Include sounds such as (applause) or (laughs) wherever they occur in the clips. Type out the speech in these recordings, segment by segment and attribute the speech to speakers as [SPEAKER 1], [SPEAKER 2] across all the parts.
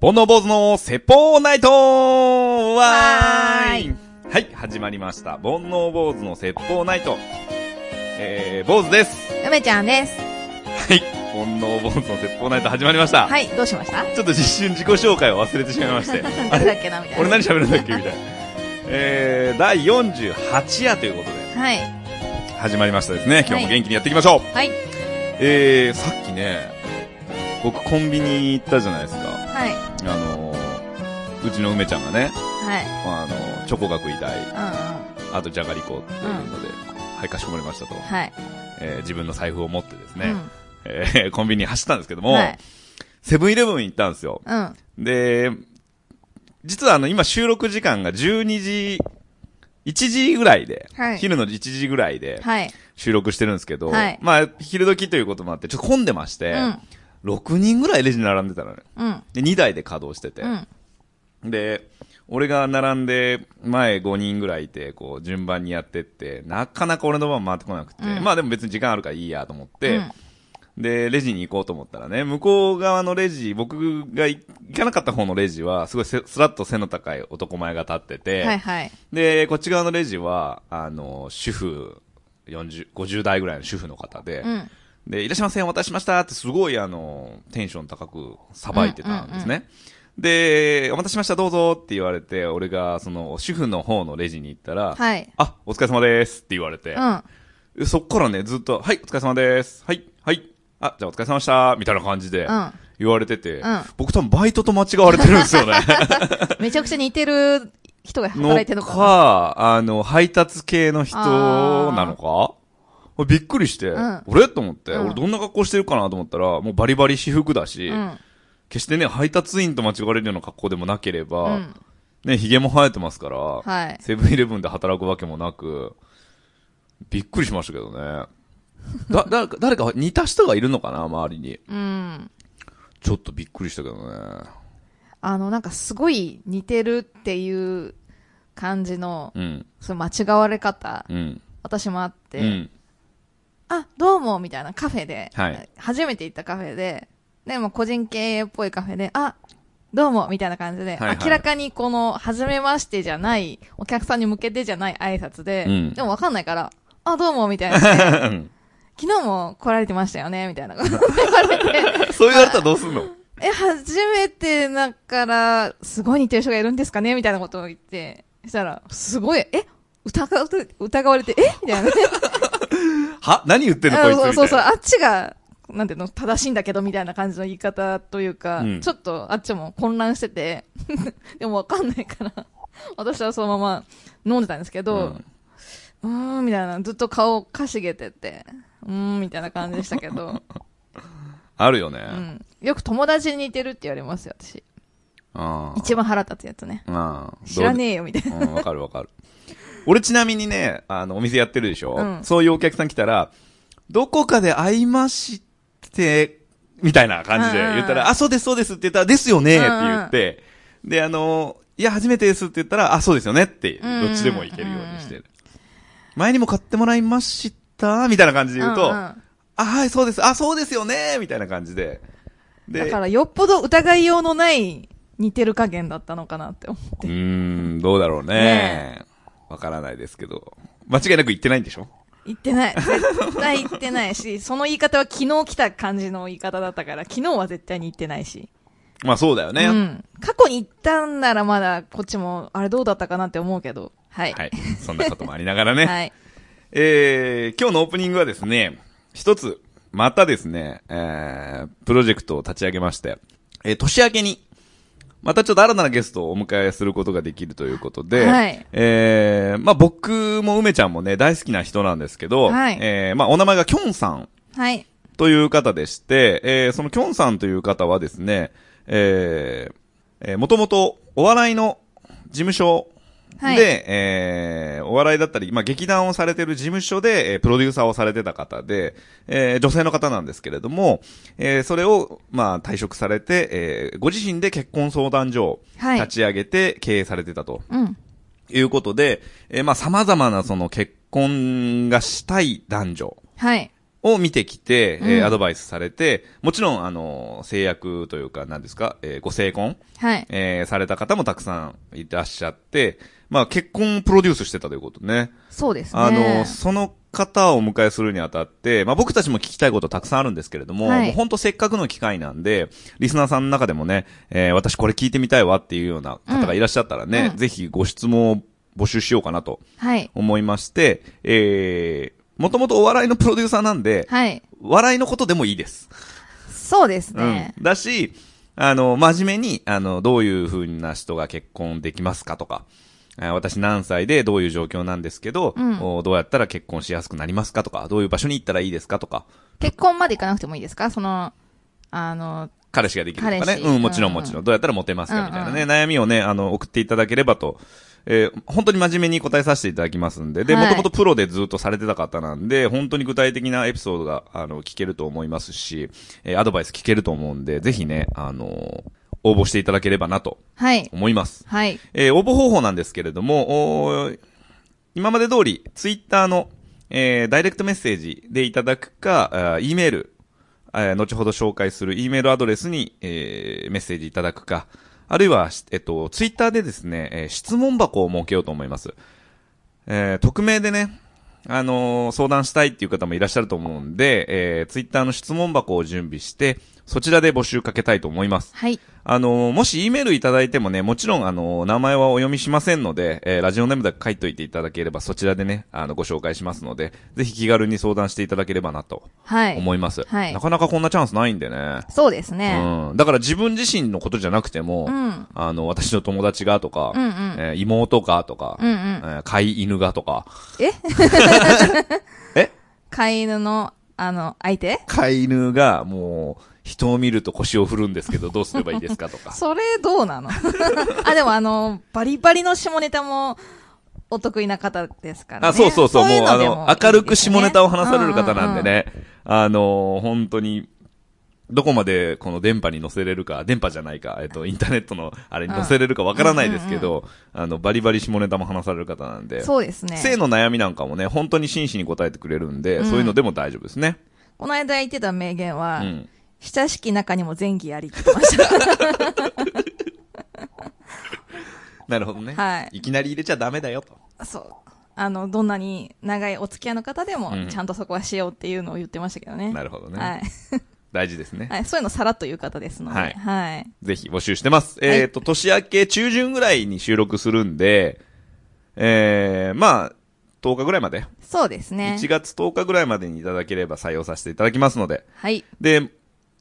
[SPEAKER 1] 煩悩坊主の説法ナイトわー
[SPEAKER 2] わ
[SPEAKER 1] いはい、始まりました。煩悩坊主の説法ナイト。えー、坊主です。
[SPEAKER 2] 梅ちゃんです。
[SPEAKER 1] はい、煩悩坊主の説法ナイト始まりました。
[SPEAKER 2] はい、どうしました
[SPEAKER 1] ちょっと一瞬自己紹介を忘れてしまいまして。あ
[SPEAKER 2] 誰だ
[SPEAKER 1] れ
[SPEAKER 2] っけなみたいな。
[SPEAKER 1] 俺何喋るんだっけみたいな。えー、第48夜ということで
[SPEAKER 2] はい。
[SPEAKER 1] 始まりましたですね。今日も元気にやっていきましょう。
[SPEAKER 2] はい。
[SPEAKER 1] えー、さっきね、僕コンビニ行ったじゃないですか。
[SPEAKER 2] はい。
[SPEAKER 1] あのー、うちの梅ちゃんがね、
[SPEAKER 2] はい。
[SPEAKER 1] まあ、あの、チョコが食いたい、
[SPEAKER 2] うんうん。
[SPEAKER 1] あとじゃがりこっていうので、はい、かしこまりましたと、
[SPEAKER 2] はい。
[SPEAKER 1] えー自分の財布を持ってですね、
[SPEAKER 2] うん
[SPEAKER 1] えー (laughs) コンビニに走ったんですけども、
[SPEAKER 2] はい。
[SPEAKER 1] セブンイレブン行ったんですよ。
[SPEAKER 2] うん。
[SPEAKER 1] で、実はあの、今収録時間が12時、1時ぐらいで、
[SPEAKER 2] はい
[SPEAKER 1] 昼の1時ぐらいで
[SPEAKER 2] はい。
[SPEAKER 1] 収録してるんですけど、
[SPEAKER 2] はい
[SPEAKER 1] まあ、昼時ということもあって、ちょっと混んでまして、6人ぐらいレジに並んでたのね。
[SPEAKER 2] うん。
[SPEAKER 1] で、2台で稼働してて、
[SPEAKER 2] うん。
[SPEAKER 1] で、俺が並んで、前5人ぐらいいて、こう、順番にやってって、なかなか俺の番回ってこなくて、
[SPEAKER 2] うん
[SPEAKER 1] まあでも別に時間あるからいいやと思って、
[SPEAKER 2] うん
[SPEAKER 1] で、レジに行こうと思ったらね、向こう側のレジ、僕が行かなかった方のレジは、すごいせスラッと背の高い男前が立ってて、
[SPEAKER 2] はいはい。
[SPEAKER 1] で、こっち側のレジは、あの、主婦、40、50代ぐらいの主婦の方で、
[SPEAKER 2] うん。
[SPEAKER 1] で、いらっしゃいませ、お待たせしましたって、すごい、あの、テンション高く、さばいてたんですね。で、お待たせしました、どうぞって言われて、俺が、その、主婦の方のレジに行ったら、
[SPEAKER 2] はい。
[SPEAKER 1] あ、お疲れ様ですって言われて
[SPEAKER 2] う、ん。
[SPEAKER 1] でそっからね、ずっと、はい、お疲れ様です。はい、はい。あ、じゃあお疲れ様でした、みたいな感じで
[SPEAKER 2] うん、
[SPEAKER 1] 言われてて、
[SPEAKER 2] うん
[SPEAKER 1] 僕多分バイトと間違われてるんですよね。
[SPEAKER 2] めちゃくちゃ似てる人が働いてる
[SPEAKER 1] の
[SPEAKER 2] のか
[SPEAKER 1] か、あの、配達系の人なのかびっくりして、
[SPEAKER 2] ん
[SPEAKER 1] 俺と思って、
[SPEAKER 2] うん
[SPEAKER 1] 俺どんな格好してるかなと思ったら、もうバリバリ私服だし、
[SPEAKER 2] な。
[SPEAKER 1] 決してね、配達員と間違われるような格好でもなけれ
[SPEAKER 2] うん。う
[SPEAKER 1] ば、
[SPEAKER 2] ん。
[SPEAKER 1] ね、髭も生えてますから、
[SPEAKER 2] はい。
[SPEAKER 1] セブンイレブンで働くわけもなく、びっくりしましたけどね。だ、誰か、誰か似た人がいるのかな、周りに。
[SPEAKER 2] うん。
[SPEAKER 1] ちょっとびっくりしたけどね。
[SPEAKER 2] あの、なんかすごい似てるっていう感じの、
[SPEAKER 1] うん、
[SPEAKER 2] その間違われ方、
[SPEAKER 1] うん、
[SPEAKER 2] 私もあって、
[SPEAKER 1] うん、
[SPEAKER 2] あ、どうも、みたいなカフェで、
[SPEAKER 1] はい
[SPEAKER 2] 初めて行ったカフェで、でも個人経営っぽいカフェで、あ、どうも、みたいな感じで、
[SPEAKER 1] はいはい
[SPEAKER 2] 明らかにこの、初めましてじゃない、お客さんに向けてじゃない挨拶で、
[SPEAKER 1] うん
[SPEAKER 2] でもわかんないから、あ、どうも、みたいな。昨日も来られてましたよね、みたいな。言われて、
[SPEAKER 1] そう言われたらどうすんの
[SPEAKER 2] え、初めてだから、すごい似てる人がいるんですかねみたいなことを言って、したら、すごい、え疑われて、疑われて、えみたいな。
[SPEAKER 1] は何言ってんのこいつみたい
[SPEAKER 2] あ
[SPEAKER 1] な。
[SPEAKER 2] そうそうそう、あっちが、なんていうの、正しいんだけどみたいな感じの言い方というか、
[SPEAKER 1] うん
[SPEAKER 2] ちょっとあっちも混乱してて、 (laughs) でもわかんないから、私はそのまま飲んでたんですけど、うーん、みたいな、ずっと顔をかしげてて、うーん、みたいな感じでしたけ
[SPEAKER 1] (laughs)
[SPEAKER 2] ど、
[SPEAKER 1] あるよね。
[SPEAKER 2] うん。よく友達に似てるって言われますよ、私。
[SPEAKER 1] ああ
[SPEAKER 2] 一番腹立つやつね。
[SPEAKER 1] ああ
[SPEAKER 2] 知ら
[SPEAKER 1] え。
[SPEAKER 2] ねえよ、みたいな。
[SPEAKER 1] うん、わかるわかる。俺ちなみにね、あの、お店やってるでしょ、
[SPEAKER 2] うん
[SPEAKER 1] そういうお客さん来たら、どこかで会いまして、みたいな感じで
[SPEAKER 2] うんうんうん
[SPEAKER 1] 言ったら、あ、そうです、そうですって言ったら、ですよねって言って、で、あの、いや、初めてですって言ったら、あ、そうですよねって、
[SPEAKER 2] んうん
[SPEAKER 1] どっちでもいけるようにしてる。前にも買ってもらいましたみたいな感じで言うと、
[SPEAKER 2] んん
[SPEAKER 1] あ、はい、そうです、あ、そうですよねみたいな感じで。
[SPEAKER 2] だ
[SPEAKER 1] で、
[SPEAKER 2] から、よっぽど疑いようのない似てる加減だったのかなって思っ
[SPEAKER 1] う
[SPEAKER 2] て。
[SPEAKER 1] ーん、どうだろうね
[SPEAKER 2] ね。
[SPEAKER 1] わからないですけど。間違いなく言ってないんでしょ
[SPEAKER 2] 言ってない。絶対言ってないし、その言い方は昨日来た感じの言い方だったから、昨日は絶対に言ってないし。
[SPEAKER 1] まあそうだよね。
[SPEAKER 2] うん。過去に言ったんならまだ、こっちも、あれどうだったかなって思うけど。はい。
[SPEAKER 1] はい。そんなこともありながらね。
[SPEAKER 2] はい。
[SPEAKER 1] えー、今日のオープニングはですね、一つ、またですね、えー、プロジェクトを立ち上げまして、えー、年明けに、またちょっと新たなゲストをお迎えすることができるということで、
[SPEAKER 2] はい
[SPEAKER 1] えー、まあ僕も梅ちゃんもね、大好きな人なんですけど、
[SPEAKER 2] はい
[SPEAKER 1] えー、まあお名前がきょんさん
[SPEAKER 2] はい。
[SPEAKER 1] という方でして、えーそのきょんさんという方はですね、えーえー、もともとお笑いの事務所で、
[SPEAKER 2] はい
[SPEAKER 1] えーお笑いだったり、まあ、劇団をされてる事務所で、えープロデューサーをされてた方で、えー女性の方なんですけれども、えーそれを、まあ、退職されて、えーご自身で結婚相談所を
[SPEAKER 2] はい
[SPEAKER 1] 立ち上げて経営されてたと。
[SPEAKER 2] うん。
[SPEAKER 1] ということで、えーまあ、様々なその結婚がしたい男女
[SPEAKER 2] はい。
[SPEAKER 1] を見てきて、えー
[SPEAKER 2] うん
[SPEAKER 1] アドバイスされて、もちろん、あの、制約というか、何ですか、えーご成婚、
[SPEAKER 2] はい。
[SPEAKER 1] えーされた方もたくさんいらっしゃって、まあ、結婚をプロデュースしてたということね。
[SPEAKER 2] そうですね。
[SPEAKER 1] あの、その方をお迎えするにあたって、まあ僕たちも聞きたいことたくさんあるんですけれども、
[SPEAKER 2] はい
[SPEAKER 1] もう本当せっかくの機会なんで、リスナーさんの中でもね、えー私これ聞いてみたいわっていうような方がいらっしゃったらね、
[SPEAKER 2] うん
[SPEAKER 1] ぜひご質問を募集しようかなと
[SPEAKER 2] はい。
[SPEAKER 1] 思いまして、えー、もともとお笑いのプロデューサーなんで、
[SPEAKER 2] はい。
[SPEAKER 1] 笑いのことでもいいです。
[SPEAKER 2] そうですね。
[SPEAKER 1] うん。だし、あの、真面目に、あの、どういう風な人が結婚できますかとか、えー私何歳でどういう状況なんですけど、
[SPEAKER 2] うん
[SPEAKER 1] おどうやったら結婚しやすくなりますかとか、どういう場所に行ったらいいですかとか、
[SPEAKER 2] 結婚までいかなくてもいいですかその、あの、
[SPEAKER 1] 彼氏ができるとかね
[SPEAKER 2] 彼。氏
[SPEAKER 1] うん、もちろん
[SPEAKER 2] うん
[SPEAKER 1] も
[SPEAKER 2] うん
[SPEAKER 1] ちろん。どうやったらモテますかみたいなね、
[SPEAKER 2] う
[SPEAKER 1] 悩みをね、あの、送っていただければと。えー本当に真面目に答えさせていただきますんで、で、
[SPEAKER 2] はい
[SPEAKER 1] もともとプロでずっとされてた方なんで、本当に具体的なエピソードが、あの、聞けると思いますし、えーアドバイス聞けると思うんで、ぜひね、あのー応募していただければなと
[SPEAKER 2] はい。
[SPEAKER 1] 思います。
[SPEAKER 2] はい。
[SPEAKER 1] えー応募方法なんですけれども、おー今まで通り、ツイッターの、えーダイレクトメッセージでいただくか、あー E メール、えー後ほど紹介する E メールアドレスに、えーメッセージいただくか、あるいは、しえっと、ツイッターでですね、えー質問箱を設けようと思います。えー匿名でね、あのー相談したいっていう方もいらっしゃると思うんで、えーツイッターの質問箱を準備して、そちらで募集かけたいと思います。
[SPEAKER 2] はい。
[SPEAKER 1] あのーもし E メールいただいてもね、もちろん、あのー名前はお読みしませんので、えーラジオネームだけ書いといていただければ、そちらでね、あの、ご紹介しますので、ぜひ気軽に相談していただければなと
[SPEAKER 2] はい。
[SPEAKER 1] 思います。
[SPEAKER 2] はい
[SPEAKER 1] なかなかこんなチャンスないんでね。
[SPEAKER 2] そうですね。
[SPEAKER 1] うん。だから自分自身のことじゃなくても、
[SPEAKER 2] うん
[SPEAKER 1] あの、私の友達がとか、
[SPEAKER 2] うんうん
[SPEAKER 1] えー妹がとか、
[SPEAKER 2] うんう
[SPEAKER 1] え
[SPEAKER 2] ん。
[SPEAKER 1] ー飼い犬がとか、
[SPEAKER 2] (laughs) 飼い犬の、あの、相手
[SPEAKER 1] 飼い犬がもう、人を見ると腰を振るんですけど、どうすればいいですかとか。
[SPEAKER 2] それどうなのあ、でもあの、バリバリの下ネタもお得意な方ですからね。
[SPEAKER 1] あ、そうそうそう、もう、
[SPEAKER 2] いの
[SPEAKER 1] あ
[SPEAKER 2] で
[SPEAKER 1] の、明るく下ネタを話される
[SPEAKER 2] いいで
[SPEAKER 1] 方
[SPEAKER 2] すね
[SPEAKER 1] なんで。ね、あのー、本当に、どこまでこの電波に乗せれるか、電波じゃないか、えっと、インターネットのあれに乗せれるかわからないですけど、あの、バリバリ下ネタも話される方なん
[SPEAKER 2] うんう
[SPEAKER 1] で
[SPEAKER 2] ん、そうですね。
[SPEAKER 1] 性の悩みなんかもね、本当に真摯に答えてくれるんで、
[SPEAKER 2] うん
[SPEAKER 1] そういうのでも大丈夫ですね。
[SPEAKER 2] この間言ってた名言
[SPEAKER 1] う
[SPEAKER 2] は、
[SPEAKER 1] ん。
[SPEAKER 2] 親しき中にも前儀ありって言ってました。 (laughs)
[SPEAKER 1] なるほどね。
[SPEAKER 2] はい
[SPEAKER 1] いきなり入れちゃダメだよと。
[SPEAKER 2] そう。あの、どんなに長いお付き合いの方でも
[SPEAKER 1] うん、
[SPEAKER 2] ちゃんとそこはしようっていうのを言ってましたけどね。
[SPEAKER 1] なるほどね。
[SPEAKER 2] はい。
[SPEAKER 1] 大事ですね。
[SPEAKER 2] はい。そういうのさらっと言う方ですので。
[SPEAKER 1] は
[SPEAKER 2] はいい。
[SPEAKER 1] ぜひ募集してます。
[SPEAKER 2] はい
[SPEAKER 1] えっ、と、年明け中旬ぐらいに収録するんで、えー、まあ、10日ぐらいまで、
[SPEAKER 2] そうですね。
[SPEAKER 1] 1月10日ぐらいまでにいただければ採用させていただきますので、
[SPEAKER 2] はい。
[SPEAKER 1] で、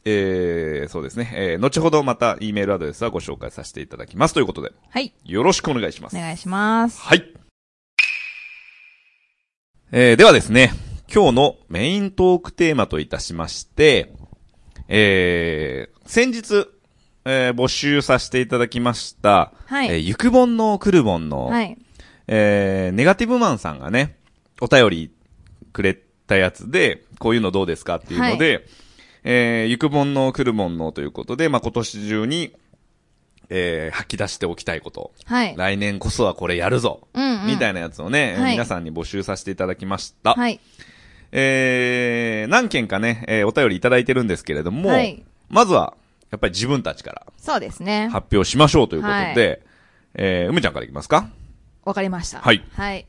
[SPEAKER 1] えー、そうですね、えー、後ほどまた E メールアドレスはご紹介させていただきますということで、
[SPEAKER 2] はい。
[SPEAKER 1] よろしくお願いします
[SPEAKER 2] お。願いします。
[SPEAKER 1] はい。えー、ではですね、今日のメイントークテーマといたしまして、えー、先日、えー募集させていただきました、
[SPEAKER 2] はい
[SPEAKER 1] えーゆくぼんのくるぼんの、
[SPEAKER 2] はい。
[SPEAKER 1] えー、ネガティブマンさんがね、お便りくれたやつで、こういうのどうですかっていうので、えー、ゆくぼんのくるぼんのということで、まあ、今年中に、えー、吐き出しておきたいこと。
[SPEAKER 2] はい。
[SPEAKER 1] 来年こそはこれやるぞ、
[SPEAKER 2] うんうん
[SPEAKER 1] みたいなやつをね、
[SPEAKER 2] はい
[SPEAKER 1] 皆さんに募集させていただきました。
[SPEAKER 2] はい。
[SPEAKER 1] えー、何件かね、えーお便りいただいてるんですけれども、
[SPEAKER 2] はい
[SPEAKER 1] まずは、やっぱり自分たちから
[SPEAKER 2] そうですね。
[SPEAKER 1] 発表しましょうということで、えー、梅ちゃんからいきますか
[SPEAKER 2] わかりました。
[SPEAKER 1] はい
[SPEAKER 2] はい。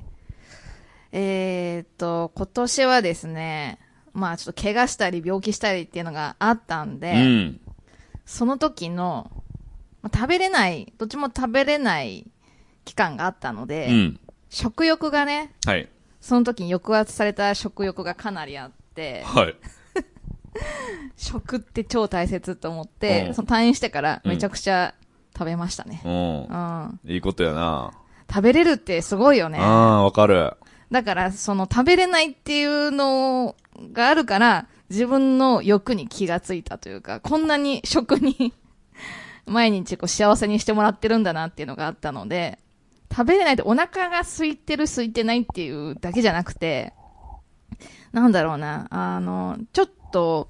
[SPEAKER 2] えーっと、今年はですね、まあちょっと怪我したり病気したりっていうのがあったんで、
[SPEAKER 1] うん。
[SPEAKER 2] その時の、まあ食べれない、どっちも食べれない期間があったので、
[SPEAKER 1] うん。
[SPEAKER 2] 食欲がね、
[SPEAKER 1] はい。
[SPEAKER 2] その時に抑圧された食欲がかなりあって、
[SPEAKER 1] はい。
[SPEAKER 2] 食って超大切と思って、
[SPEAKER 1] うん
[SPEAKER 2] その退院してから
[SPEAKER 1] うん
[SPEAKER 2] めちゃくちゃ食べましたね。う。
[SPEAKER 1] うんん。いいことやな。
[SPEAKER 2] 食べれるってすごいよね。
[SPEAKER 1] ああー、わかる。
[SPEAKER 2] だから、その食べれないっていうのがあるから、自分の欲に気がついたというか、こんなに食に (laughs) 毎日こう幸せにしてもらってるんだなっていうのがあったので、食べれないってお腹が空いてる空いてないっていうだけじゃなくて、なんだろうな、あの、ちょっと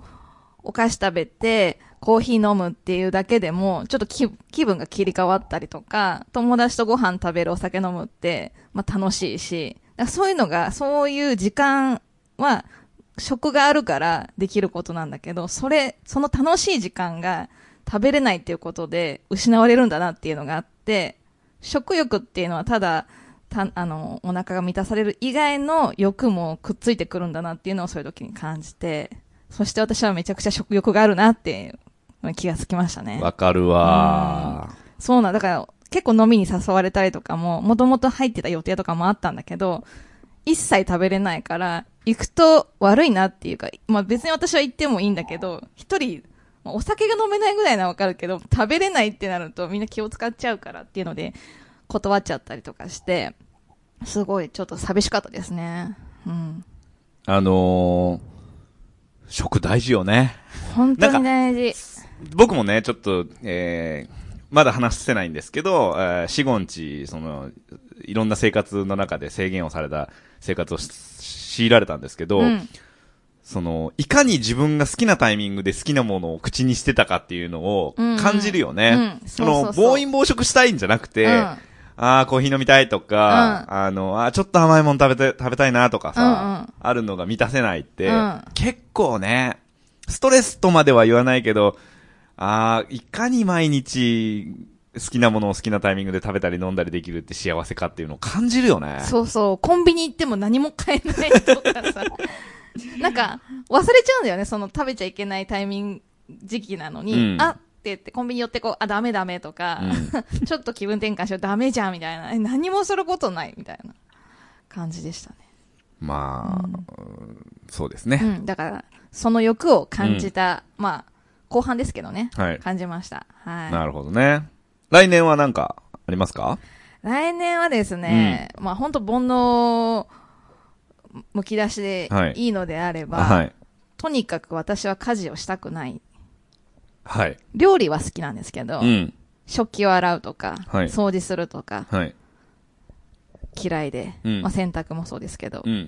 [SPEAKER 2] お菓子食べて、コーヒー飲むっていうだけでも、ちょっと気気分が切り替わったりとか、友達とご飯食べるお酒飲むって、まあ楽しいし、だからそういうのが、そういう時間は食があるからできることなんだけど、それ、その楽しい時間が食べれないっていうことで失われるんだなっていうのがあって、食欲っていうのはただ、たあの、お腹が満たされる以外の欲もくっついてくるんだなっていうのをそういう時に感じて、そして私はめちゃくちゃ食欲があるなっていうのに気がつきましたね。
[SPEAKER 1] わかるわー。
[SPEAKER 2] そうなんだから結構飲みに誘われたりとかも、もともと入ってた予定とかもあったんだけど、一切食べれないから、行くと悪いなっていうか、まあ別に私は行ってもいいんだけど、一人、まあお酒が飲めないぐらいならわかるけど、食べれないってなるとみんな気を使っちゃうからっていうので、断っちゃったりとかして、すごいちょっと寂しかったですね。うん。
[SPEAKER 1] あのー、食大事よね。
[SPEAKER 2] 本当に大事。
[SPEAKER 1] 僕もね、ちょっと、えー、まだ話せないんですけど、えー、四五日、その、いろんな生活の中で制限をされた生活をし強いられたんですけど、
[SPEAKER 2] うん。
[SPEAKER 1] その、いかに自分が好きなタイミングで好きなものを口にしてたかっていうのを
[SPEAKER 2] うんうん
[SPEAKER 1] 感じるよね。
[SPEAKER 2] うん
[SPEAKER 1] そ
[SPEAKER 2] そうそうそ
[SPEAKER 1] の、
[SPEAKER 2] う
[SPEAKER 1] 暴飲暴食したいんじゃなくて、
[SPEAKER 2] うん
[SPEAKER 1] ああ、コーヒー飲みたいとか、あの、あーちょっと甘いもの食べて、食べたいなとかさ、
[SPEAKER 2] うん
[SPEAKER 1] あるのが満たせないって、
[SPEAKER 2] うん
[SPEAKER 1] 結構ね、ストレスとまでは言わないけど、ああ、いかに毎日好きなものを好きなタイミングで食べたり飲んだりできるって幸せかっていうのを感じるよね。
[SPEAKER 2] そうそう、コンビニ行っても何も買えないとか
[SPEAKER 1] (laughs)
[SPEAKER 2] さ。なんか、忘れちゃうんだよね、その食べちゃいけないタイミング、時期なのに、
[SPEAKER 1] うん
[SPEAKER 2] あって言って、コンビニ寄ってこう、あ、ダメダメとか、ちょっと気分転換しよう、ダメじゃん、みたいな。え何もすることない、みたいな感じでしたね。
[SPEAKER 1] まあ、うんそうですね。
[SPEAKER 2] うん、だから、その欲を感じた、まあ、後半ですけどね。
[SPEAKER 1] はい
[SPEAKER 2] 感じました。はい。
[SPEAKER 1] なるほどね。来年はなんか、ありますか
[SPEAKER 2] 来年はですね、まあ本当煩悩、むき出しで
[SPEAKER 1] はい
[SPEAKER 2] いいのであれば、
[SPEAKER 1] はい。
[SPEAKER 2] とにかく私は家事をしたくない。
[SPEAKER 1] はい。
[SPEAKER 2] 料理は好きなんですけど、
[SPEAKER 1] うん。
[SPEAKER 2] 食器を洗うとか、
[SPEAKER 1] はい
[SPEAKER 2] 掃除するとか
[SPEAKER 1] はい。
[SPEAKER 2] 嫌いで、
[SPEAKER 1] うん
[SPEAKER 2] まあ洗濯もそうですけど、
[SPEAKER 1] うん。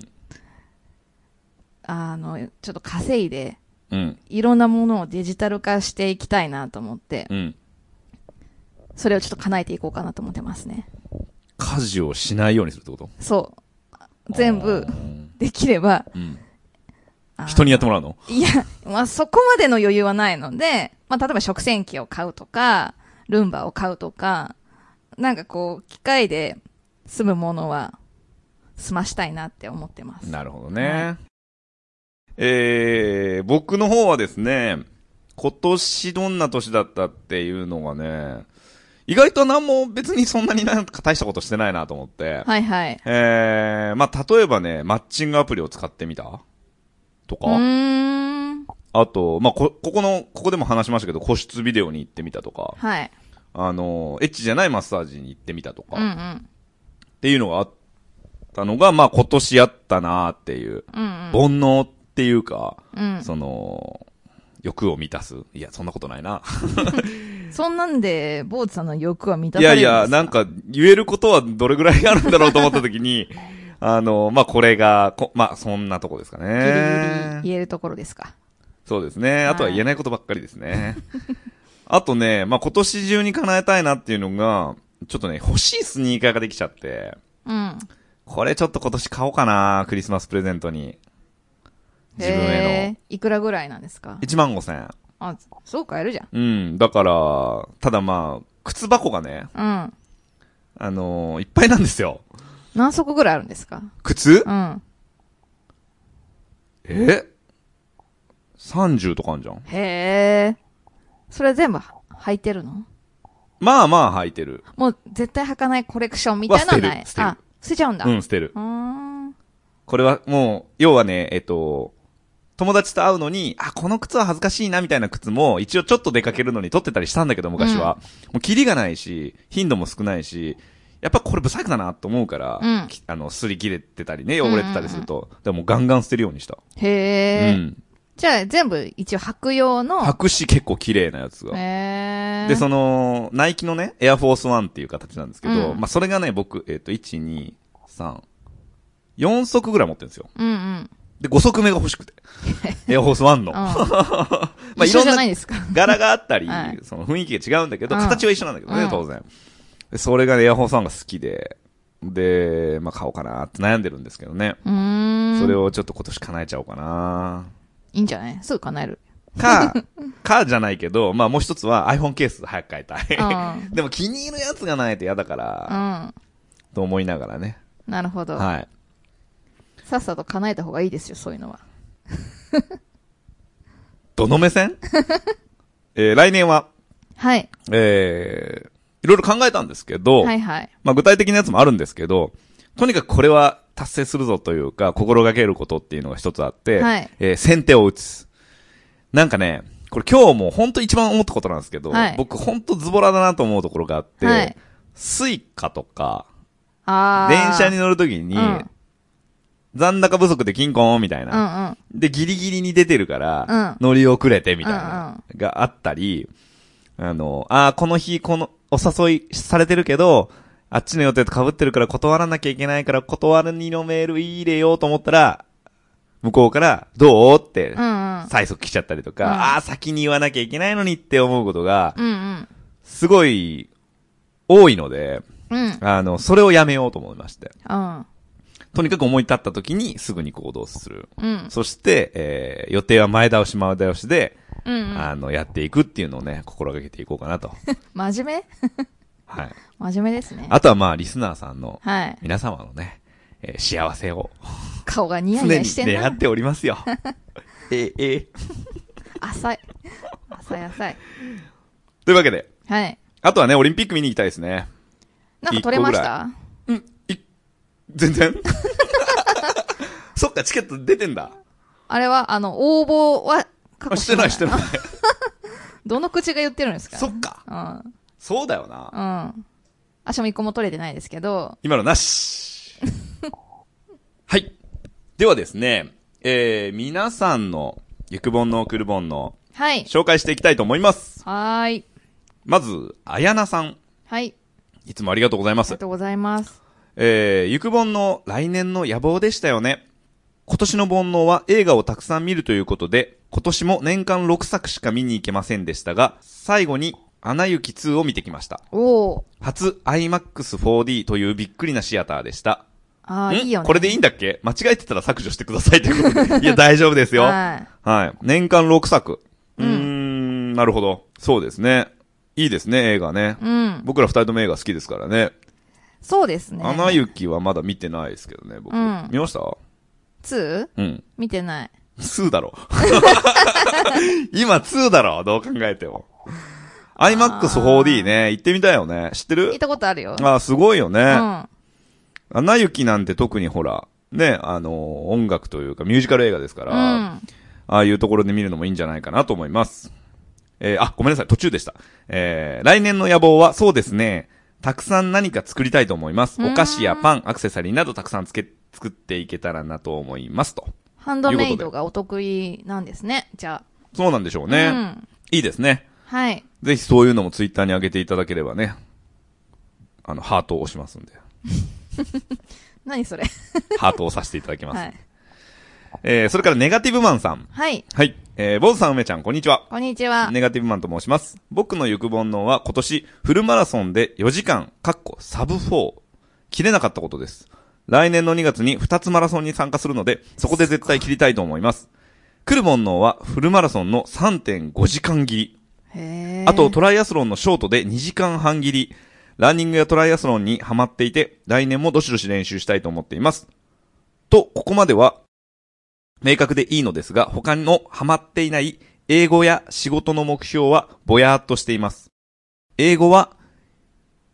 [SPEAKER 2] あの、ちょっと稼いで、
[SPEAKER 1] うん。
[SPEAKER 2] いろんなものをデジタル化していきたいなと思って、
[SPEAKER 1] うん。
[SPEAKER 2] それをちょっと叶えていこうかなと思ってますね。
[SPEAKER 1] 家事をしないようにするってこと
[SPEAKER 2] そう。全部、できれば、
[SPEAKER 1] うん。
[SPEAKER 2] あー
[SPEAKER 1] 人にやってもらうの
[SPEAKER 2] いや、まあ、そこまでの余裕はないので、まあ、例えば食洗機を買うとか、ルンバを買うとか、なんかこう、機械で済むものは、済ましたいなって思ってます。
[SPEAKER 1] なるほどね。えー、僕の方はですね、今年どんな年だったっていうのがね、意外と何も別にそんなになんか大したことしてないなと思って。
[SPEAKER 2] はいはい。
[SPEAKER 1] えー、まあ、例えばね、マッチングアプリを使ってみたと
[SPEAKER 2] う
[SPEAKER 1] か、
[SPEAKER 2] ーん。
[SPEAKER 1] あと、まあ、こ、ここの、ここでも話しましたけど、個室ビデオに行ってみたとか、
[SPEAKER 2] はい。
[SPEAKER 1] あの、エッチじゃないマッサージに行ってみたとか、
[SPEAKER 2] うん
[SPEAKER 1] っ
[SPEAKER 2] うん。
[SPEAKER 1] ていうのがあったのが、まあ、今年あったなーっていう、
[SPEAKER 2] うん
[SPEAKER 1] 煩悩っていうか、
[SPEAKER 2] うん。
[SPEAKER 1] その、欲を満たす。いや、そんなことないな。
[SPEAKER 2] うん。そんなんで、坊主さんの欲は満
[SPEAKER 1] (laughs)
[SPEAKER 2] た
[SPEAKER 1] い
[SPEAKER 2] さ
[SPEAKER 1] や
[SPEAKER 2] れるん
[SPEAKER 1] い
[SPEAKER 2] ですか
[SPEAKER 1] や、なん。か、言えることはどれぐらいあるんだろうと思った時
[SPEAKER 2] (laughs)
[SPEAKER 1] に、あの、まあ、これが、こまあ、そんなとこですか
[SPEAKER 2] ギリギ
[SPEAKER 1] ね
[SPEAKER 2] リ。言えるところですか。
[SPEAKER 1] そうですね。
[SPEAKER 2] はい
[SPEAKER 1] あとは言えないことばっかりですね。 (laughs) あとね、まあ、今年中に叶えたいなっていうのが、ちょっとね、欲しいスニーカーができちゃって、
[SPEAKER 2] うん。
[SPEAKER 1] これちょっと今年買おうかな、クリスマスプレゼントに。自分へ
[SPEAKER 2] えーいくらぐらいなんですか
[SPEAKER 1] の。1万5千。
[SPEAKER 2] あ、そうか、やるじゃん。
[SPEAKER 1] うん。だから、ただまあ、靴箱がね、
[SPEAKER 2] うん。
[SPEAKER 1] あのーいっぱいなんですよ。
[SPEAKER 2] 何足ぐらいあるんですか
[SPEAKER 1] 靴
[SPEAKER 2] うん。
[SPEAKER 1] え ?30 とかあんじゃん。
[SPEAKER 2] へえ。それ全部履いてるの
[SPEAKER 1] まあまあ履いてる。
[SPEAKER 2] もう絶対履かないコレクションみたいなのはない
[SPEAKER 1] は。捨てる捨て
[SPEAKER 2] あ、捨てちゃうんだ。
[SPEAKER 1] う、
[SPEAKER 2] うん
[SPEAKER 1] 捨てる。
[SPEAKER 2] ーん。
[SPEAKER 1] これはもう、要はね、えっと、友達と会うのに、あ、この靴は恥ずかしいなみたいな靴も、一応ちょっと出かけるのに取ってたりしたんだけど、昔は。もう、キリがないし、頻度も少ないし、やっぱこれ不細工だなと思うから、
[SPEAKER 2] うん
[SPEAKER 1] きあの、擦り切れてたりね、汚れてたりすると、でもガンガン捨てるようにした。
[SPEAKER 2] へ
[SPEAKER 1] う
[SPEAKER 2] え。
[SPEAKER 1] ん。
[SPEAKER 2] じゃあ全部一応履く用の。
[SPEAKER 1] 白紙結構綺麗なやつが。
[SPEAKER 2] へえ。
[SPEAKER 1] で、その、ナイキのね、エアフォースワンっていう形なんですけど、
[SPEAKER 2] うん
[SPEAKER 1] まあ、それがね、僕、えっと、1、2、3、4足ぐらい持ってるんですよ。
[SPEAKER 2] う
[SPEAKER 1] (laughs)
[SPEAKER 2] んうん。
[SPEAKER 1] で、5足目が欲
[SPEAKER 2] (laughs)
[SPEAKER 1] しくて。エアフォースワンの。
[SPEAKER 2] ま
[SPEAKER 1] (laughs) まあ、
[SPEAKER 2] あ
[SPEAKER 1] い
[SPEAKER 2] 一緒
[SPEAKER 1] ろん
[SPEAKER 2] じゃ
[SPEAKER 1] な
[SPEAKER 2] ないですか。
[SPEAKER 1] 柄があったり、
[SPEAKER 2] はい
[SPEAKER 1] その雰囲気が違うんだけど、
[SPEAKER 2] うん
[SPEAKER 1] 形は一緒なんだけどね、
[SPEAKER 2] うん
[SPEAKER 1] 当然。でそれがねエアホーさんが好きで、で、まあ買おうかなって悩んでるんですけどね。
[SPEAKER 2] うーん。
[SPEAKER 1] それをちょっと今年叶えちゃおうかな。
[SPEAKER 2] いいんじゃないすぐ叶える。
[SPEAKER 1] か、
[SPEAKER 2] (laughs)
[SPEAKER 1] かじゃないけど、まあもう一つは iPhone ケース早く買いたい。
[SPEAKER 2] あ
[SPEAKER 1] (laughs) でも気に入るやつがないと嫌だから、
[SPEAKER 2] あ。
[SPEAKER 1] と思いながらね。
[SPEAKER 2] うん。なるほど。
[SPEAKER 1] はい。
[SPEAKER 2] さっさと叶えた方がいいですよ、そういうのは。
[SPEAKER 1] どの目
[SPEAKER 2] (laughs)
[SPEAKER 1] 線えー来年は、
[SPEAKER 2] はい。
[SPEAKER 1] えーいろいろ考えたんですけど、
[SPEAKER 2] はいはい。
[SPEAKER 1] まあ具体的なやつもあるんですけど、とにかくこれは達成するぞというか、心がけることっていうのが一つあって、
[SPEAKER 2] はい
[SPEAKER 1] えー先手を打つ。なんかね、これ今日も本当一番思ったことなんですけど、
[SPEAKER 2] はい
[SPEAKER 1] 僕本当ズボラだなと思うところがあって、
[SPEAKER 2] はい
[SPEAKER 1] スイカとか、
[SPEAKER 2] ああ。
[SPEAKER 1] 電車に乗るときに、
[SPEAKER 2] うん
[SPEAKER 1] 残高不足で金婚みたいな、
[SPEAKER 2] うんうん。
[SPEAKER 1] で、ギリギリに出てるから、
[SPEAKER 2] う
[SPEAKER 1] 乗り遅れてみたいな、があったり、あの、ああ、この日、この、お誘いされてるけど、あっちの予定と被ってるから断らなきゃいけないから、断るにのメール入れようと思ったら、向こうから、どうって
[SPEAKER 2] う、んうん。
[SPEAKER 1] 最速来ちゃったりとか、
[SPEAKER 2] うん
[SPEAKER 1] ああ、先に言わなきゃいけないのにって思うことが、
[SPEAKER 2] うんうん。
[SPEAKER 1] すごい、多いので、
[SPEAKER 2] うん。
[SPEAKER 1] あの、それをやめようと思いまして。
[SPEAKER 2] うん。
[SPEAKER 1] とにかく思い立った時にすぐに行動する。
[SPEAKER 2] うん。
[SPEAKER 1] そして、えー予定は前倒し前倒しで、
[SPEAKER 2] うん。
[SPEAKER 1] あの、やっていくっていうのをね、心がけていこうか
[SPEAKER 2] (laughs)
[SPEAKER 1] なと。
[SPEAKER 2] 真面目
[SPEAKER 1] はい。
[SPEAKER 2] 真面目ですね。
[SPEAKER 1] あとはまあ、リスナーさんの、
[SPEAKER 2] はい。
[SPEAKER 1] 皆様のね、えー幸せを
[SPEAKER 2] 顔がニヤニ
[SPEAKER 1] 常
[SPEAKER 2] ヤ
[SPEAKER 1] に
[SPEAKER 2] してん
[SPEAKER 1] 願
[SPEAKER 2] な
[SPEAKER 1] っ。ております
[SPEAKER 2] (laughs)
[SPEAKER 1] よ。えー、えー
[SPEAKER 2] 浅い。浅い浅い。
[SPEAKER 1] というわけで、
[SPEAKER 2] はい。
[SPEAKER 1] あとはね、オリンピック見に行きたいですね。
[SPEAKER 2] なんか取れました
[SPEAKER 1] 全
[SPEAKER 2] (laughs)
[SPEAKER 1] 然そっか、チケット出てんだ。
[SPEAKER 2] あれは、あの、応募は、確保
[SPEAKER 1] してない、してない。
[SPEAKER 2] どの口が言ってるん (laughs) ですか
[SPEAKER 1] そっか。
[SPEAKER 2] うん。
[SPEAKER 1] そうだよな。
[SPEAKER 2] うん。足も一個も取れてないですけど、
[SPEAKER 1] 今のなし。 (laughs) はい。ではですね、えー、皆さんの、ゆくぼんのくるぼんの、
[SPEAKER 2] はい。
[SPEAKER 1] 紹介していきたいと思います。
[SPEAKER 2] はーい。
[SPEAKER 1] まず、あやなさん。
[SPEAKER 2] はい。
[SPEAKER 1] いつもありがとうございま
[SPEAKER 2] ありが
[SPEAKER 1] す。
[SPEAKER 2] とうございます。
[SPEAKER 1] えー、ゆくぼんの来年の野望でしたよね。今年の煩悩は映画をたくさん見るということで、今年も年間6作しか見に行けませんでしたが、最後に、アナ雪2を見てきました。
[SPEAKER 2] おー。
[SPEAKER 1] 初 IMAX4D というびっくりなシアターでした。
[SPEAKER 2] ああ、
[SPEAKER 1] ん
[SPEAKER 2] いいよね。
[SPEAKER 1] これでいいんだっけ間違えてたら削除してくださいということで。
[SPEAKER 2] (laughs)
[SPEAKER 1] いや、大丈夫ですよ。は。
[SPEAKER 2] はい
[SPEAKER 1] 年間6作。うー、
[SPEAKER 2] うん
[SPEAKER 1] なるほど。そうですね。いいですね、映画ね。
[SPEAKER 2] い。うん。
[SPEAKER 1] 僕ら二人とも映画好きですからね。
[SPEAKER 2] そうですね。
[SPEAKER 1] アナ雪はまだ見てないですけどね、僕。
[SPEAKER 2] うん
[SPEAKER 1] 見ました
[SPEAKER 2] 2?
[SPEAKER 1] うん。
[SPEAKER 2] (laughs) 見てない。
[SPEAKER 1] 2だろ。 (laughs) 今2だろ、どう考えても。IMAX4D ね、行ってみたいよね。知って
[SPEAKER 2] 行っ
[SPEAKER 1] る
[SPEAKER 2] たことあるよ。
[SPEAKER 1] あー、すごいよね。
[SPEAKER 2] うん。
[SPEAKER 1] アナ雪なんて特にほら、ね、あのー音楽というかミュージカル映画ですか
[SPEAKER 2] う
[SPEAKER 1] ら、
[SPEAKER 2] ん。
[SPEAKER 1] ああいうところで見るのもいいんじゃないかなと思います。えーあ、ごめんなさい、途中でした。えー来年の野望はそうですね、たくさん何か作りたいと思います。
[SPEAKER 2] う
[SPEAKER 1] お
[SPEAKER 2] ん
[SPEAKER 1] 菓子やパン、アクセサリーなどたくさんつけ、作っていけたらなと思いますと。
[SPEAKER 2] ハンドメイドがお得意なんですね。じゃ
[SPEAKER 1] そうなんでしょう
[SPEAKER 2] あ。
[SPEAKER 1] ね。
[SPEAKER 2] うん。
[SPEAKER 1] いいですね。
[SPEAKER 2] はい。
[SPEAKER 1] ぜひそういうのもツイッターに上げていただければね、あの、ハートを押し
[SPEAKER 2] (laughs)
[SPEAKER 1] ますんで、
[SPEAKER 2] 何それ。
[SPEAKER 1] ハートを押させていただきます。
[SPEAKER 2] はい。
[SPEAKER 1] えーそれからネガティブマンさん。
[SPEAKER 2] はい。
[SPEAKER 1] はい。えー、ボンさん、梅ちゃん、こんにちは。
[SPEAKER 2] こんにちは。
[SPEAKER 1] ネガティブマンと申します。僕の行く煩悩は今年フルマラソンで4時間、かっこサブ4、切れなかったことです。来年の2月に2つマラソンに参加するので、そこで絶対切りたいと思います。来る煩悩はフルマラソンの3.5時間切り。
[SPEAKER 2] へー
[SPEAKER 1] あと、トライアスロンのショートで2時間半切り。ランニングやトライアスロンにハマっていて、来年もどしどし練習したいと思っています。と、ここまでは、明確でいいのですが、他のハマっていない英語や仕事の目標はぼやーっとしています。英語は、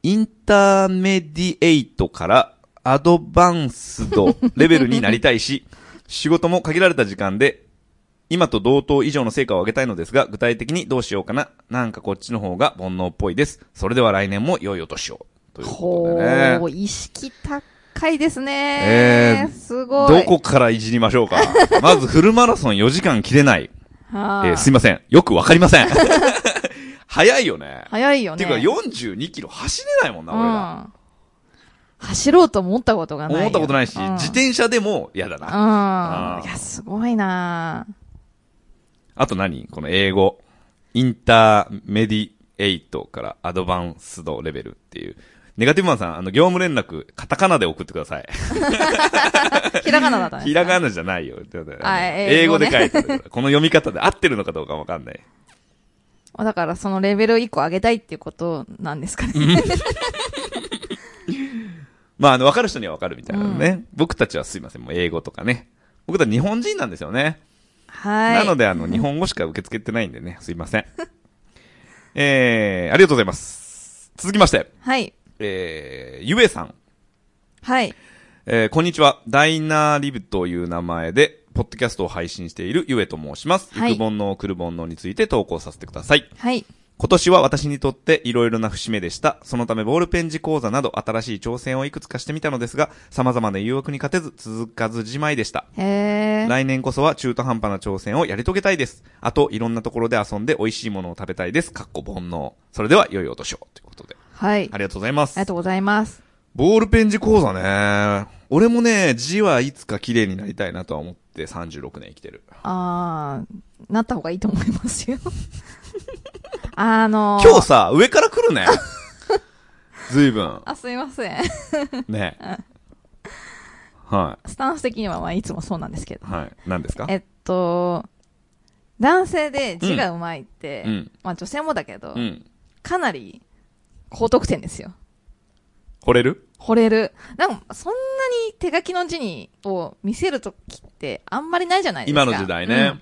[SPEAKER 1] インターメディエイトからアドバンスドレベルになりたいし、仕事も限られた時間で、今と同等以上の成果を上げたいのですが、具体的にどうしようかな。なんかこっちの方が煩悩っぽいです。それでは来年も良いお年を。ということ
[SPEAKER 2] ほ
[SPEAKER 1] でね。
[SPEAKER 2] ー、意識高いです
[SPEAKER 1] え
[SPEAKER 2] ね。
[SPEAKER 1] ー
[SPEAKER 2] すご
[SPEAKER 1] ど
[SPEAKER 2] い。
[SPEAKER 1] こからいじりましょう
[SPEAKER 2] (laughs)
[SPEAKER 1] か。まずフルマラソン4時間切れない。
[SPEAKER 2] はあ
[SPEAKER 1] えーすいません。よくわかりません。 (laughs) 早いよね。
[SPEAKER 2] 早いよ
[SPEAKER 1] っ
[SPEAKER 2] ね。
[SPEAKER 1] ていうか42キロ走れないもんな、俺ら。
[SPEAKER 2] うん走ろうと思ったことがないよ。
[SPEAKER 1] 思ったことないし、
[SPEAKER 2] うん
[SPEAKER 1] 自転車でも嫌だな。
[SPEAKER 2] うん。
[SPEAKER 1] ん
[SPEAKER 2] いや、すごいな
[SPEAKER 1] あと何この英語。インターメディエイトからアドバンスドレベルっていう。ネガティブマンさん、あの、業務連絡、カタカナで送ってください。
[SPEAKER 2] ひらがなだったね。
[SPEAKER 1] (laughs) ひらがなじゃないよ。ってことだよね
[SPEAKER 2] あ
[SPEAKER 1] 英
[SPEAKER 2] 英
[SPEAKER 1] 語
[SPEAKER 2] 語ね
[SPEAKER 1] で書いてあるから。この読み方で合ってるのかどうかわかんない。
[SPEAKER 2] だから、そのレベルを1個上げたいっていうことなんですかね。
[SPEAKER 1] まあ、あの、わかる人にはわかるみたいなのね。僕たちはすいません、もう英語とかね。僕たち日本人なんですよね。
[SPEAKER 2] はい。
[SPEAKER 1] なので、あの、日本語しか受け付けてないんでね、すいません。えー、ありがとうございます。続きまして、
[SPEAKER 2] はい。
[SPEAKER 1] えー、ゆえさん。
[SPEAKER 2] はい。
[SPEAKER 1] えー、こんにちは。ダイナーリブという名前で、ポッドキャストを配信しているゆえと申します。
[SPEAKER 2] はい
[SPEAKER 1] ゆくぼんのくるぼんのについて投稿させてください。
[SPEAKER 2] はい。
[SPEAKER 1] 今年は私にとっていろいろな節目でした。そのためボールペン字講座など新しい挑戦をいくつかしてみたのですが、様々な誘惑に勝てず続かずじまいでした。
[SPEAKER 2] へえ。
[SPEAKER 1] 来年こそは中途半端な挑戦をやり遂げたいです。あと、いろんなところで遊んで美味しいものを食べたいです。かっこ煩悩。それでは、良いお年を。ということで。
[SPEAKER 2] はい。
[SPEAKER 1] あ
[SPEAKER 2] あ
[SPEAKER 1] りがとうございま
[SPEAKER 2] り
[SPEAKER 1] す
[SPEAKER 2] が。とうございます。
[SPEAKER 1] ボールペン字講座ね。俺もね、字はいつか綺麗になりたいなとは思って36年生きてる。
[SPEAKER 2] あー、なった方がいいと思いま
[SPEAKER 1] (laughs)
[SPEAKER 2] すよ。あのー、
[SPEAKER 1] 今日さ、上から来る
[SPEAKER 2] (laughs)
[SPEAKER 1] ね。ずいぶん。
[SPEAKER 2] あ、すいません。 (laughs)
[SPEAKER 1] ね。は
[SPEAKER 2] スタンス的にはまあいつもそうなんですけ
[SPEAKER 1] い。
[SPEAKER 2] ど。
[SPEAKER 1] はい。何ですか
[SPEAKER 2] えっと、男性で字が上手いって、
[SPEAKER 1] うん。
[SPEAKER 2] まあ女性もだけど、
[SPEAKER 1] うん。
[SPEAKER 2] かなり高得点ですよ。
[SPEAKER 1] 惚れる
[SPEAKER 2] 惚れる。なんか、そんなに手書きの字に、を見せるときってあんまりないじゃないですか。
[SPEAKER 1] 今の時代
[SPEAKER 2] うん
[SPEAKER 1] ね。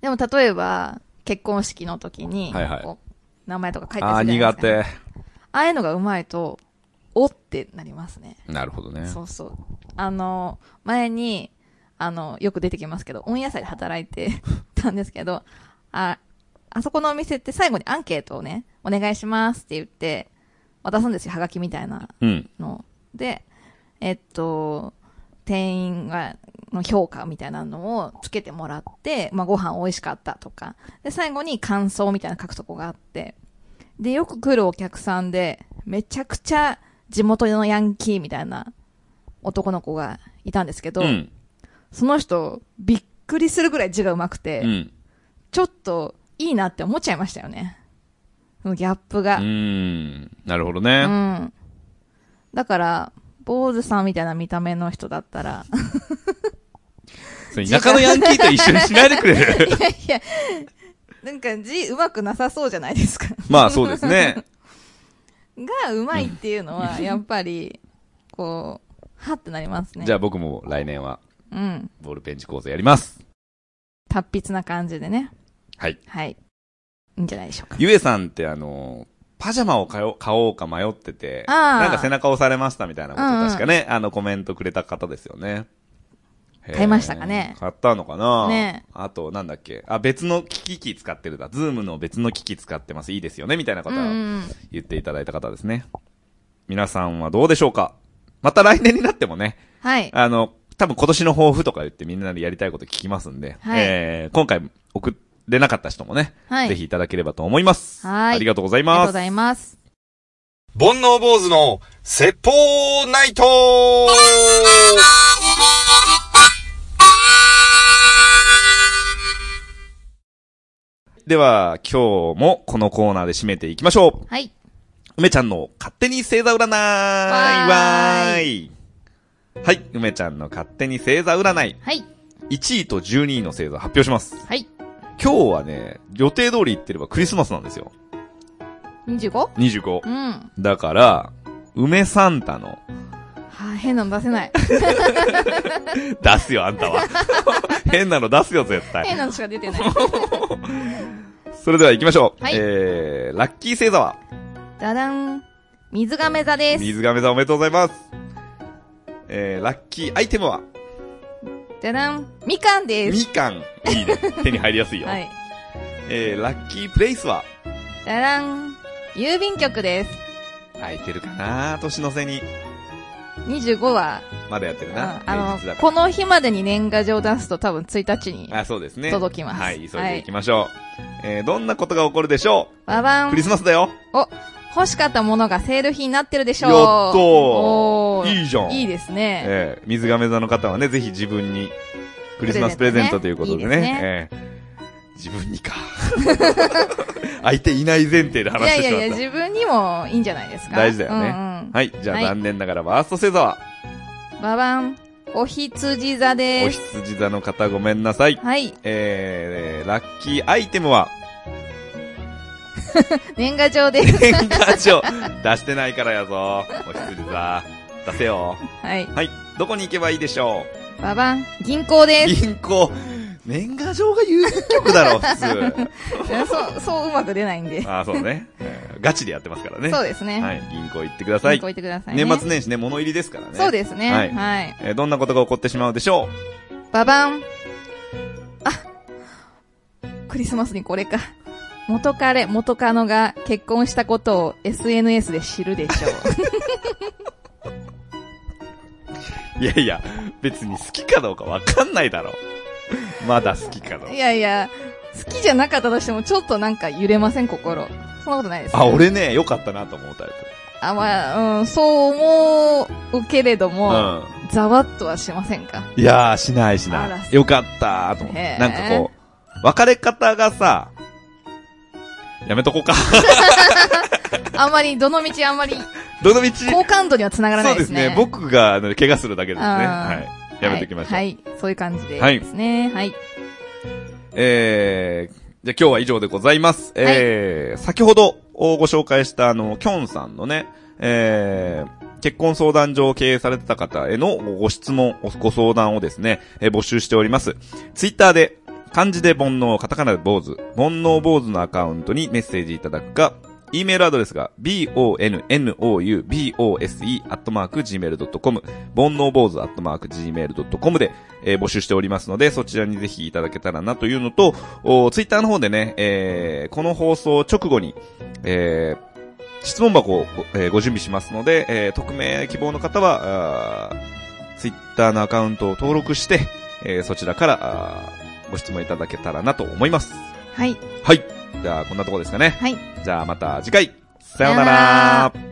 [SPEAKER 2] でも例えば、結婚式の時に、
[SPEAKER 1] はいはい
[SPEAKER 2] こう名前とか書いて
[SPEAKER 1] ああー、苦手。
[SPEAKER 2] ああいうのがうまいと、おってなりますね。
[SPEAKER 1] なるほどね。
[SPEAKER 2] そうそう。あの、前に、あの、よく出てきますけど、温野菜で働いてたんですけど、あ、あそこのお店って最後にアンケートをね、お願いしますって言って、渡すんですよ、はがきみたいな
[SPEAKER 1] うん。
[SPEAKER 2] の。で、えっと、店員が、の評価みたいなのをつけてもらって、まあ、ご飯美味しかったとか。で、最後に感想みたいなの書くとこがあって。で、よく来るお客さんで、めちゃくちゃ地元のヤンキーみたいな男の子がいたんですけど、
[SPEAKER 1] うん。
[SPEAKER 2] その人、びっくりするぐらい字が上手くて、
[SPEAKER 1] うん。
[SPEAKER 2] ちょっといいなって思っちゃいましたよね。そのギャップが
[SPEAKER 1] う。ーん。なるほどね。
[SPEAKER 2] うん。だから、坊主さんみたいな見た目の人だっ
[SPEAKER 1] (laughs)
[SPEAKER 2] たら、
[SPEAKER 1] それ田舎のヤンキーと一緒にしないでくれ
[SPEAKER 2] (laughs)
[SPEAKER 1] る
[SPEAKER 2] いやいや、なんか字うまくなさそうじゃないですか。
[SPEAKER 1] まあそうですね。
[SPEAKER 2] がうまいっていうの
[SPEAKER 1] (laughs)
[SPEAKER 2] は、やっぱり、こう、はってなりますね。
[SPEAKER 1] じゃあ僕も来年は
[SPEAKER 2] うん。
[SPEAKER 1] ボールペンチ講座やります。
[SPEAKER 2] 達筆な感じでね。
[SPEAKER 1] はい。
[SPEAKER 2] はい。いいんじゃないでしょうか。
[SPEAKER 1] ゆえさんってあの、パジャマを買おう買おうか迷ってて、
[SPEAKER 2] あー
[SPEAKER 1] なんか背中押されましたみたいなこと
[SPEAKER 2] うんうん
[SPEAKER 1] 確かね、あのコメントくれた方ですよね。へー
[SPEAKER 2] 買いましたかね
[SPEAKER 1] 買ったのかな
[SPEAKER 2] ね
[SPEAKER 1] あと、なんだっけあ、別の機器使ってるだ。ズームの別の機器使ってます。いいですよねみたいなこ
[SPEAKER 2] う
[SPEAKER 1] と
[SPEAKER 2] ん
[SPEAKER 1] は
[SPEAKER 2] うん。
[SPEAKER 1] 言っていただいた方ですね。皆さんはどうでしょうかまた来年になってもね、
[SPEAKER 2] はい。
[SPEAKER 1] あの、多分今年の抱負とか言ってみんなでやりたいこと聞きますんで、
[SPEAKER 2] はい
[SPEAKER 1] えー今回送れなかった人もね、
[SPEAKER 2] はい。
[SPEAKER 1] ぜひいただければと思います。
[SPEAKER 2] はい
[SPEAKER 1] ありがとうござい
[SPEAKER 2] ありがとう
[SPEAKER 1] ま
[SPEAKER 2] ご
[SPEAKER 1] す。
[SPEAKER 2] ざいます。
[SPEAKER 3] 煩悩坊主の説法ナイト
[SPEAKER 1] では、今日もこのコーナーで締めていきましょう。
[SPEAKER 2] はい。
[SPEAKER 1] 梅ちゃんの勝手に星座占い
[SPEAKER 2] ーい
[SPEAKER 1] わーいはい、梅ちゃんの勝手に星座占い。
[SPEAKER 2] はい。
[SPEAKER 1] 1位と12位の星座発表します。
[SPEAKER 2] はい。
[SPEAKER 1] 今日はね、予定通り言ってればクリスマスなんですよ。
[SPEAKER 2] 25?
[SPEAKER 1] 25
[SPEAKER 2] う。ん。
[SPEAKER 1] だから、梅サンタの、
[SPEAKER 2] はあ、変なの出
[SPEAKER 1] (laughs)
[SPEAKER 2] せない。
[SPEAKER 1] 出すよ、あんた
[SPEAKER 2] (laughs)
[SPEAKER 1] は。変なの出すよ、絶
[SPEAKER 2] 変
[SPEAKER 1] 対。
[SPEAKER 2] なのしか出てない。
[SPEAKER 1] それでは行きましょう。
[SPEAKER 2] はい
[SPEAKER 1] えー、ラッキー星座は、
[SPEAKER 2] だだん。水亀座です。
[SPEAKER 1] 水亀座おめでとうございます。えー、ラッキーアイテムは、
[SPEAKER 2] だだん。みかんです。
[SPEAKER 1] みかん。いい
[SPEAKER 2] (laughs)
[SPEAKER 1] ね。手に入りやすいよ。
[SPEAKER 2] はい。
[SPEAKER 1] えー、ラッキープレイスは、
[SPEAKER 2] だらん。郵便局です。
[SPEAKER 1] 空いてるかな年の瀬に。
[SPEAKER 2] 25は、
[SPEAKER 1] まだやってる
[SPEAKER 2] うん
[SPEAKER 1] な。
[SPEAKER 2] あ
[SPEAKER 1] 平日
[SPEAKER 2] の、
[SPEAKER 1] だか
[SPEAKER 2] この日までに年賀状出すと多分1日に
[SPEAKER 1] ら。、あ、そうですね。
[SPEAKER 2] 届きます
[SPEAKER 1] はい、急いで行きましょう。えー、どんなことが起こるでしょ
[SPEAKER 2] ババ
[SPEAKER 1] うクリ
[SPEAKER 2] ン、
[SPEAKER 1] スマスだよ。
[SPEAKER 2] 欲しかったものがセール品になってるでしょう。
[SPEAKER 1] やったー
[SPEAKER 2] おー
[SPEAKER 1] いいじゃん
[SPEAKER 2] いいですね。
[SPEAKER 1] えー、水亀座の方はね、ぜひ自分にクリスマスプレゼントということでね。
[SPEAKER 2] プレゼント
[SPEAKER 1] えー自分にか。 (laughs) 相手いない前提で
[SPEAKER 2] い
[SPEAKER 1] 話
[SPEAKER 2] や
[SPEAKER 1] し
[SPEAKER 2] い
[SPEAKER 1] てしま
[SPEAKER 2] や
[SPEAKER 1] っ
[SPEAKER 2] い
[SPEAKER 1] た。
[SPEAKER 2] や、自分にもいいんじゃないですか。
[SPEAKER 1] 大事だよね。
[SPEAKER 2] うん
[SPEAKER 1] はい。じゃあ、
[SPEAKER 2] はい
[SPEAKER 1] 残念ながら、ワーストセザ
[SPEAKER 2] うん。ババン、おひつじ座
[SPEAKER 1] ー。お
[SPEAKER 2] です。
[SPEAKER 1] 羊座の方ごめんなさい。
[SPEAKER 2] はい。
[SPEAKER 1] えー、ラッキーアイテムは、 (laughs)
[SPEAKER 2] 年賀状です。
[SPEAKER 1] 年賀状。出してないからやぞ。お羊座。出せよ。
[SPEAKER 2] はい。
[SPEAKER 1] はい。どこに行けばいいでしょ
[SPEAKER 2] ババン、銀行
[SPEAKER 1] う
[SPEAKER 2] です。
[SPEAKER 1] 銀行。年賀状が郵便局だろ、
[SPEAKER 2] (laughs)
[SPEAKER 1] 普
[SPEAKER 2] そう、そううまく出ないんで
[SPEAKER 1] 通。。ああ、そうね、えーガチでやってますからね。
[SPEAKER 2] そうですね。
[SPEAKER 1] はい。銀行行ってくださ
[SPEAKER 2] 銀
[SPEAKER 1] い
[SPEAKER 2] 行行。ってくださいね。
[SPEAKER 1] 年末年始ね、物入りですからね。
[SPEAKER 2] そうですね。
[SPEAKER 1] はい
[SPEAKER 2] はい。
[SPEAKER 1] えーどんなことが起こってしまうでしょ
[SPEAKER 2] ババン。あ、クリスマスにこれか。元彼、元カノが結婚したことを SNS で知るでしょう。
[SPEAKER 1] ういやいや、別に好きかどうかわかんないだろう。まだ好きかどう (laughs) か
[SPEAKER 2] い。やいや、好きじゃなかったとしてもちょっとなんか揺れません、心。そんなことないです。
[SPEAKER 1] あ、俺ね、良かったなと思うタイ
[SPEAKER 2] あ、まあ、うん、そう思うけれど
[SPEAKER 1] プ。
[SPEAKER 2] も、
[SPEAKER 1] うん。
[SPEAKER 2] ざわっとはしませんか。
[SPEAKER 1] いやー、しないし
[SPEAKER 2] あ
[SPEAKER 1] な
[SPEAKER 2] ら
[SPEAKER 1] い。よかったーと思って
[SPEAKER 2] へ。ー
[SPEAKER 1] なんかこう、別れ方がさ、やめとこうか。 (laughs)
[SPEAKER 2] あんまり、どの道あんまり、
[SPEAKER 1] どの道、
[SPEAKER 2] 好感度には繋がらな
[SPEAKER 1] そ
[SPEAKER 2] いうで
[SPEAKER 1] ですす
[SPEAKER 2] ね。
[SPEAKER 1] ね。僕が、あの怪我するだけですね。
[SPEAKER 2] あー
[SPEAKER 1] はい。やめときましょう。
[SPEAKER 2] はい。はいそういう感じで
[SPEAKER 1] はい
[SPEAKER 2] ですね。はい。
[SPEAKER 1] えー、じゃあ今日は以上でございます。えー、先ほどおご紹介したあの、きょんさんのね、えー、結婚相談所を経営されてた方へのご質問、ご相談をですね、えー募集しております。ツイッターで、漢字で煩悩、カタカナで坊主、煩悩坊主のアカウントにメッセージいただくか、e メールアドレスが bonoubose.gmail.com 煩悩坊主 .gmail.com で、えー募集しておりますので、そちらにぜひいただけたらなというのと、おツイッターの方でね、えーこの放送直後に、えー質問箱を、えーご準備しますので、えー匿名希望の方は、ツイッター Twitter のアカウントを登録して、えーそちらから、あーご質問いただけたらなと思います。
[SPEAKER 2] はい。
[SPEAKER 1] はい。じゃあ、こんなところですかね。
[SPEAKER 2] はい。
[SPEAKER 1] じゃあ、また次回。さような
[SPEAKER 2] さような
[SPEAKER 1] ら
[SPEAKER 2] ら。